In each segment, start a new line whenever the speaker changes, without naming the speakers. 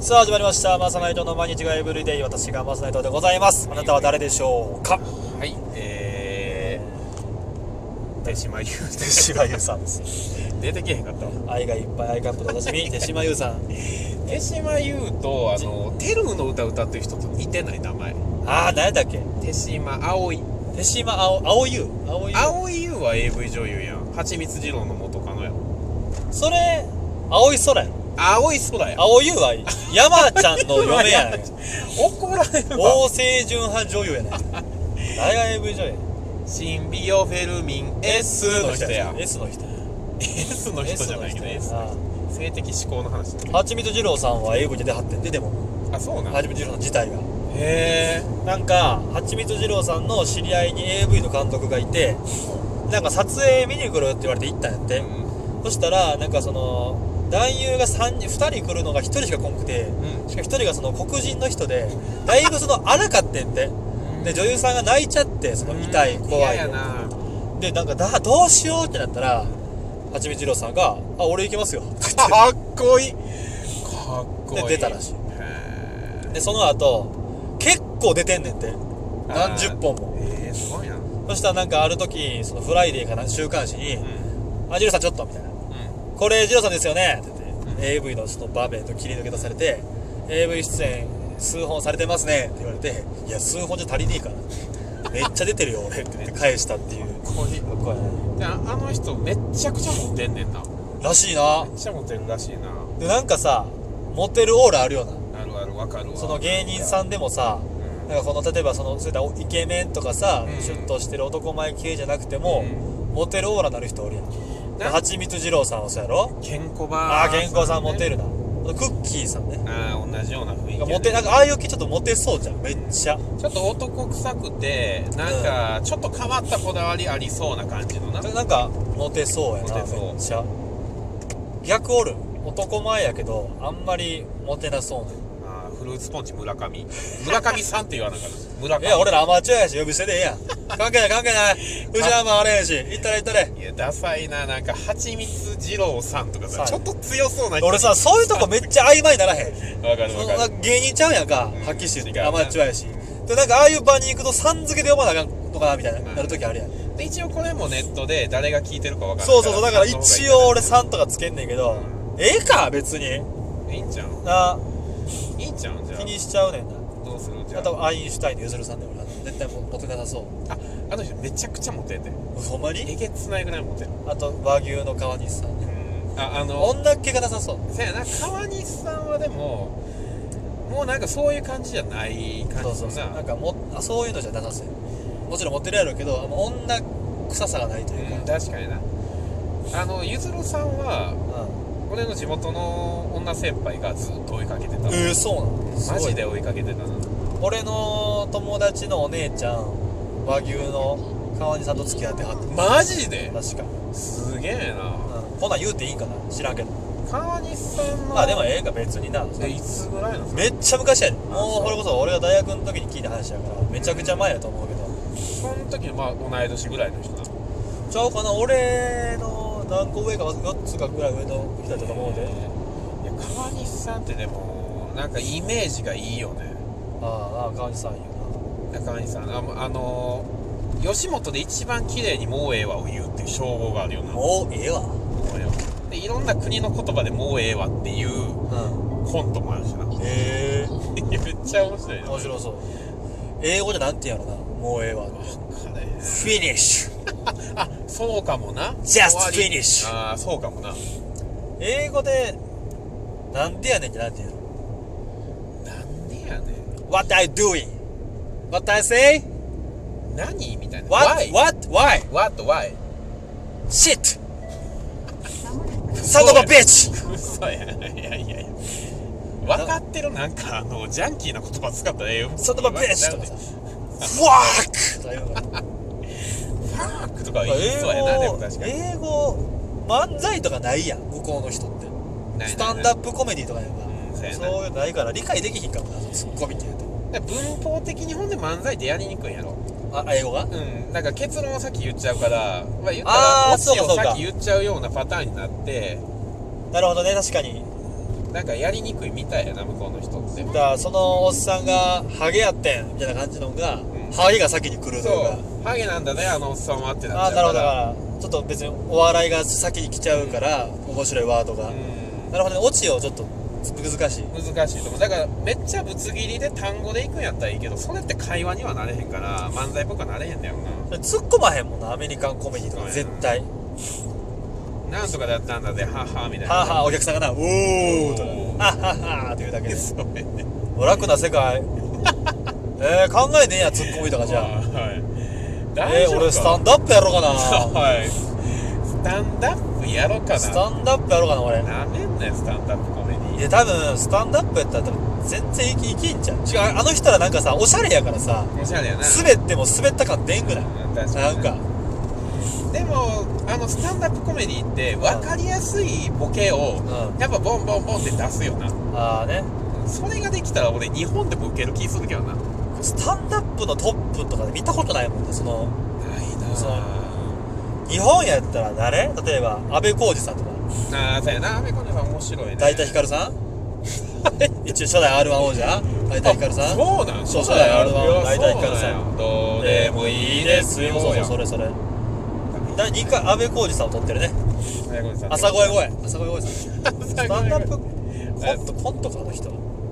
さあ始まりました「マサナイトの毎日がエブリデイ」私がマサナイトでございますあなたは誰でしょうか
はい、えー、手島優
手島優さんです
出てけへんかったわ
愛がいっぱいアイカップでおなじみ手島優さん
手島優と、あの、テルの歌歌ってる人と似てない名前。
ああ何やったっけ
手島葵。
手島青青優青優
葵優は AV 女優やん。蜂蜜二郎の元カノやん。
それ青い空やろ
青い空やん。
青優は山ちゃんの 嫁やね
怒られるわ。
王政純派女優やね誰が AV 女優
シンビオフェルミン S の人やん。
S の人
S の人じゃないけど S。性的指向の話。
はちみつ二郎さんは AV で出はってんででも
あ、そうなん
はちみつ二郎さん自体が
へ
なんかはちみつ二郎さんの知り合いに AV の監督がいてなんか撮影見に来るって言われて行ったんやっ
え。
て、そしたらなんかその男優が3人2人来るのが1人しか来んくて、
うん
しかも1人がその黒人の人でだいぶその荒かってんって
うん
で女優さんが泣いちゃってその痛い怖い
嫌やな。
でなんかだどうしようってなったらはちみつ二郎さんが「あ俺行きますよ」
かっこいいかっこいい
で出たらしい
へ
でその後結構出てんねんて
ー
何十本も
えー、すごいなうん
そしたらなんかある時そのフライデーかな週刊誌に「あジローさんちょっと」みたいな「これジローさんですよね」って言って、
うん
AV のその場面と切り抜け出されて「AV 出演数本されてますね」って言われて「いや数本じゃ足りねえからめっちゃ出てるよ俺」って言って返したっていう
こいい
声
でああの人めっちゃくちゃモテんねんなめ
らしいな
っちゃモテるらしいな
でなんかさモテるオーラあるような
あるあるわかるわ
その芸人さんでもさ
うん
なんかこの例えばそのそういったイケメンとかさ、
うん
シュッとしてる男前系じゃなくても、モテるオーラなる人おるやん
な
はちみつ二郎さんはそうやろ
ケンコバ
ああ健康さんモテ
る
るなクッキーさんね
ああ同じような雰
な
囲気
ん
やね
かモテなんかああいう系ちょっとモテそうじゃんめっちゃ
ちょっと男臭くてなんかちょっと変わったこだわりありそうな感じのな
なんかモテそうやな
モテそう
めっちゃ逆おる男前やけどあんまりモテなそう
あーフルーツポンチ村上村上さんって言わなかった村
な
上
いや俺らアマチュアやし呼び捨てでええ やん関係ない関係ないうちはまああれやし行ったら行ったれ
いや、ダサいな、なんか、蜂蜜二郎さんとか
さ
さ、ちょっと強そうな人。
俺さそういうとこめっちゃ曖昧にならへん
わかる
そ
わ
の
か
な
る。
芸人ちゃうんやんか、
うん
はっきりし
違う
て
な
アマチュアやしでなんかああいう場に行くとさん付けで読まなあかんのかなみたいな、
うん
なる時あるやん
で一応これもネットで誰が聞いてるかわかんない
そうそうそうだから一応俺3とかつけんねんけど、
う
ええか別に
いいんちゃう
ない
いんちゃうじゃ
気にしちゃうねんな
あ。どうするじゃ
あ
あ。
とアインシュタインのゆずるさんで俺絶対モテなさそ
あ、あの人めちゃくちゃモテて。
うほんま
え
に
げつないぐらいモテる。
あと和牛の川西さんね
うん。あ、あの、
女っ気がなさそう
せやな、川西さんはでも、もうなんかそういう感じじゃない感じ
そうそうそう
な
なん。かもあそういうのじゃなさそうもちろんモテるやろうけどあんま女臭さがないという
うん、
か、
確かにな。あの、ゆずるさんは、
うん
俺の地元の女先輩がずっと追いかけてた
えー、そうなのすご
マ
い
ジで追いかけてたな
俺の友達のお姉ちゃん和牛の川西さんと付き合ってはって
マジで
確か、
すげえな
うん、こんなん言うていいんかな知らんけど
川西さんの
まあでもええんか別にな
えいつぐらいの
めっちゃ昔やでも
あそう
うこれこそ俺が大学の時に聞いた話やからめちゃくちゃ前やと思うけど
その時まあ同い年ぐらいの人なの
ちゃうかな俺の何個上か4つかぐらい上の人だったと思うで、
いや川西さんってでもなんかイメージがいいよね
ああ川西さんいいよ
川西さんああの吉本で一番綺麗に「もうええわ」を言うっていう称号があるよな
な
も
もうええわ
うええわでいろんな国の言葉で「もうええわ」っていう
うん
コントもあるしな
へえ
いやめっちゃ面白いな
面白そう英語でなんて言うんやろなもうええわフ
わかれへん
ィニッシュ
あそうかもな
Just
終わり
finish
ああそうかもな
英語でなんでやねんってなんて言うの
なんでやねん
What I doing What I say
何みたいな
What What Why
What? Why?
Shit Son of a bitch
嘘やいやいやいや分かってるなんかあのジャンキーな言葉使ったらええよ
Son of a bitch とかさ Fuck とか言うの
ファックとか言い
英
そうやなでも
語
確かに
英語漫才とかないやん向こうの人って
ない
スタンダップコメディとかやんか
うんそうやな
そういうのないから理解できひんかもなツッコミって言うと
ない文法的にほんで漫才ってやりにくいんやろ
あ英語が
うんなんか結論を先言っちゃうからまあ言った
あー
らオチ
そうか
を
そうか
先言っちゃうようなパターンになって
なるほどね確かに
なんかやりにくいみたいやな向こうの人って
だからそのおっさんが「ハゲやってん」みたいな感じのが、
ん
ハゲが先に来るというか
そうハゲなんだねあのおっさんはってな
あ
っ
あ
ち
なる
ゃ
ほ
う
どだ
から
からちょっと別にお笑いが先に来ちゃうから、面白いワードが、なるほどねオチをちょっと難しい
うん難しいと思うだからめっちゃぶつ切りで単語でいくんやったらいいけどそれって会話にはなれへんから漫才っぽくはなれへんだよ
突っ込まへんもんなアメリカンコメディとか絶対
ななんとかだったんだぜハーハーみたいな
はあはあお客さんがな「おー」と
おー
か「あはは」っていうだけ で
そうやね
楽な世界えー、考えねえや突っ込みとかじゃあ
はい
えー、俺スタンドアップやろうか な
はいスタンダップやろか
ス
な
タンドアップやろうかな俺
なめんなよスタンダップコメディ
いや多分スタンドアップやったら多分全然生き生きんじゃん違うあの人らなんかさおしゃれやからさ
おしゃれやな
滑っても滑った感出んぐらい
うん確
な
か
ん
に
か
でもあのスタンダップコメディって分かりやすいボケを
うん
やっぱボンボンボンって出すよな
ああね
それができたら俺日本でも受ける気するけどなない
スタンドアップのトップとかで見たことないもんねその
な
そう
あ
日本やったら誰例えば安部浩二さんとか
あーそうやなアメコネさん面白いね
大田ヒカルさ ん一応初代 r 1王者大田ヒカルさん
そうなん
そう
だよ
そうだよ
いや
大体ヒカルさん
そうだよどうでもいいですよ
そうそうそれそれ第2回安部浩二さんを撮ってるね朝
朝
声声朝声声さんスタンドアップコントコントかあの人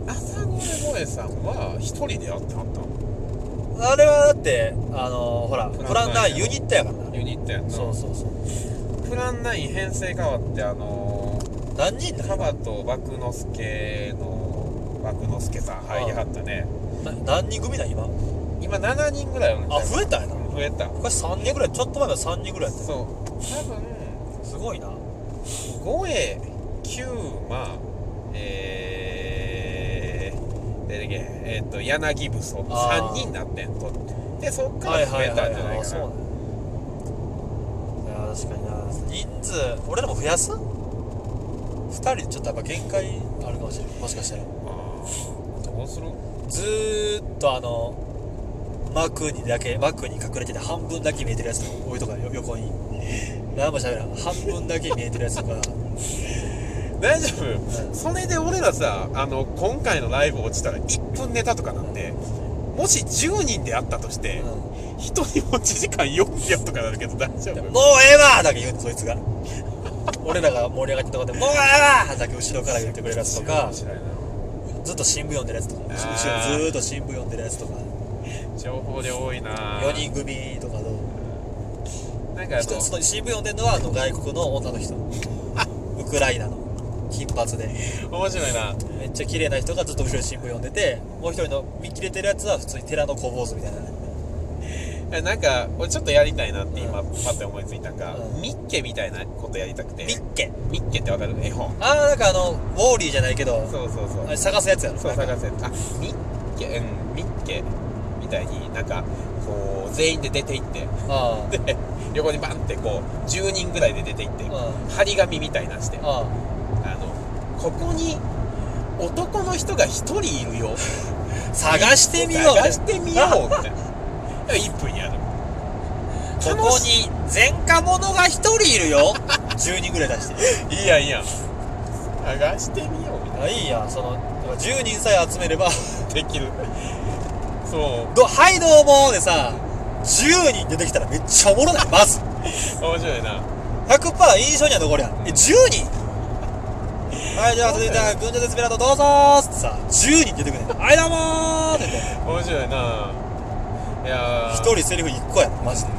朝声萌えさんは一人でやってはった
あれはだってあのほらプランナーユニットやからな
ユニットやんな
そうそうそう
プランナイン編成変わってあの
何人
ー、
だ
カバと幕之助の幕之助さん入りはったね
な何人組だ今
今7人ぐらいおるんちゃう
あ増えたんやな
増えた
昔3人ぐらいちょっと前まで3人ぐらいやっ
そう多分
たすごいな
五栄九馬えー、出てけへんえっ、と柳武装
あー
3人なってんとでそっか
はい
ら増
は
え
いは
たん
い
じゃな
はいいあ
か
そ
な、
うなんやいや確かにな人数俺らも増やす2人ちょっとやっぱ限界あるかもしれないもしかしたら
あーどうする
ずーっとあの幕にだけ幕に隠れてて半分だけ見えてるやつの置いとかよ横に何も喋らん半分だけ見えてるやつと か
大丈夫それで俺らさあの今回のライブ落ちたら1分ネタとかなんでもし10人であったとして、
う
一人持ち時間4秒とかなるけど大丈
ん、
夫
もうええわだけ言うのそいつが俺らが盛り上がってたことで「もうええわ!」だけ後ろから言ってくれるやつとか
面白いな
ずっと新聞読んでるやつとか後
あー
ろずーっと新聞読んでるやつとか
情報量多いな
4人組とかの
なんかあ
一つ
の
の新聞読んでるのはあの外国の女の 人ウクライナの金髪で
面白いな
めっちゃ綺麗な人がずっと後ろに新聞読んでてもう一人の見切れてるやつは普通に寺の小坊主みたいなね
えなんか俺ちょっとやりたいなって今パッて思いついたんが、
うん
ミッケみたいなことやりたくて
ミッケ
ミッケってわかる絵本
ああなんかあのウォーリーじゃないけど
そうそうそ
あれ
う
探すやつやろ
そう探せあミッケうんミッケみたいになんかこう全員で出て行って
ああ
で横にバンってこう10人ぐらいで出て行って、
うん
張り紙みたいなんして
あ
あのここに男の人が一人いるよ
あ探してみよう
探して みようみたいな1分やる
ここに前科者が一人いる よ10人ぐらい出して
いいやんいいやん探してみようみた
あ
い
いいやその10人さえ集めれば「
なできるそう
どはいどうも」でさ10人出てきたらめっちゃおもろないまず
面白いな
100%印象には残るやんえ10人はいじゃあ続いては軍事でスペラートどうぞーっつってさ10人出てくるねんはいどうもーって言って
面白いないや
1
ー
人セリフ1個やんマジで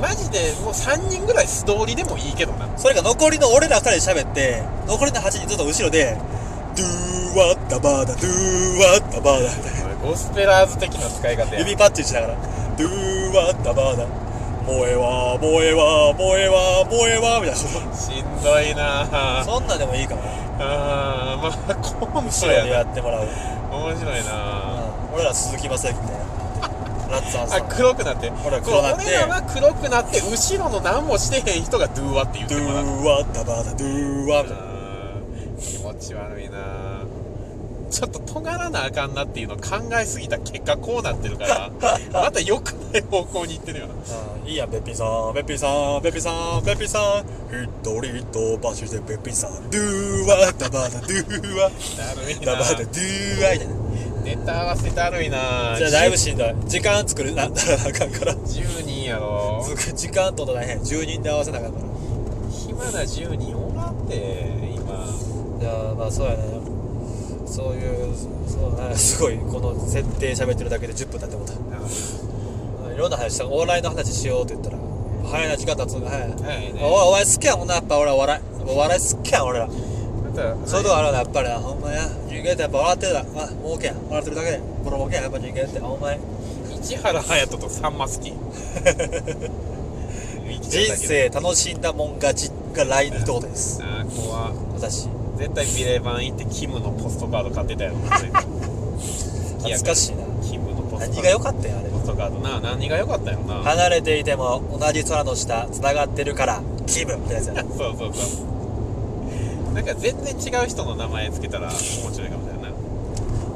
マジでもう3人ぐらい素通りでもいいけどな
それが残りの俺ら2人で喋って残りの8人ずっと後ろで「ドゥーワッタバーダドゥーワッタバーダ」みたいな
ゴスペラーズ的な使い方や
指パッチンしながら「ドゥーワッタバーダ」「萌えは萌えは萌えは萌えは」みたいな
しんどいなあ
そんなんでもいいかも
あーまあコン
後
ト
ろ
や
で
な
やってもらう
面白いな
うん俺ら鈴木雅 之みたいなラッツアンさ
あ
ん
黒くなって
ほら黒なって
こう俺らは黒くなって後ろの何もしてへん人がドゥーワって言っ
ド
て
ゥ
もらう
ーワッタバーダドゥーワッタバーダ
あー気持ち悪いなちょっと尖らなあかんなっていうのを考えすぎた結果こうなってる からまた良くない方向に行ってるよな
うんいいやべっぴんさんべっぴんさんべっぴんさんべっぴんさん一人とばししてべっぴんさんドゥーワダバダドゥーワ
だるい
ダバダドゥーワみたいな
ネタ合わせだるいな
じゃあだいぶしんどい時間作るなならなあかんから
10人やろ
つく時間とったら大変10人で合わせなあかんから
暇な10人おらんて今
じゃあまあそうやねそういうそうだねすごいこの設定喋ってるだけで10分経ってもうたいろんな話したお笑いの話しようって言ったら早いな時間経つのが早いな
早いね
おいお前好きやもんなやっぱ俺は笑いお笑い好きやん俺ら
また
そういうとこあるよなやっぱりなほんまや人間ってやっぱ笑ってるだあ儲けやん笑ってるだけでボロボケやんやっぱ人間ってほんまに
市原隼人とさん ま好き
人生楽しんだもん勝ちが LINE ってことです
ああ子は
私
絶対ビレバン行ってキムのポストカード買って たやろ絶対
懐かしいな
キムのポス
何
トカード
が良かったんやあれ
ポストカードな何が良かったんやろな
離れていても同じ空の下繋がってるから気分みたいなやつやな
そうそうそうなんか全然違う人の名前つけたら面白いかもしれないな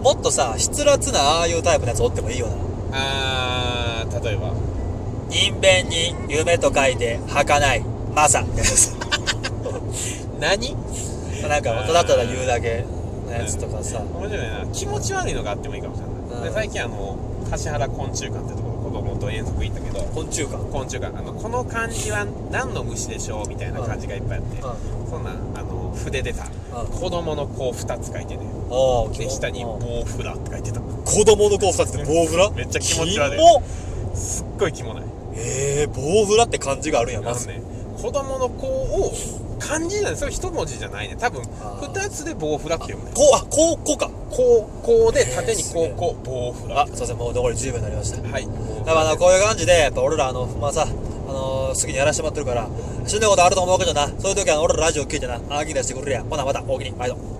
もっとさ失辣なああいうタイプのやつおってもいいよな
あー例えば
人弁に夢と書いて儚いマ サみたいなやつ
何
なんかただただ言うだけのやつとかさ
面白いな気持ち悪いのがあってもいいかもしれ
うん
ないで最近あの橿原昆虫館ってところ子供と遠足行ったけど
昆虫かうん
昆虫館あのこの漢字は何の虫でしょうみたいな漢字がいっぱいあってそんなんあの筆でさ
うん
子供の子2つ書いてね
おー
で下に「棒フラ」って書いてた
子供の子さ って棒フラ
めっちゃ気持ち悪い
キモ
すっごいキモない
えー、棒フラって漢字があるんや
あの
まず
ね子供の子を漢字なんですよ一文字じゃないね多分
あー
2つで棒フラって読むね
こうあこうこうか
こうこうで縦に
えーすげ
こ
え
うこう棒フラ
あすいませんもう残り10秒になりました
はい
だからなこういう感じでやっぱ俺らあのまあさあのー、好きにやらしてもらってるから死ぬことあると思うけどなそういう時は俺らラジオ聞いてなあー聞いたりしてくれやほなまた大喜利毎度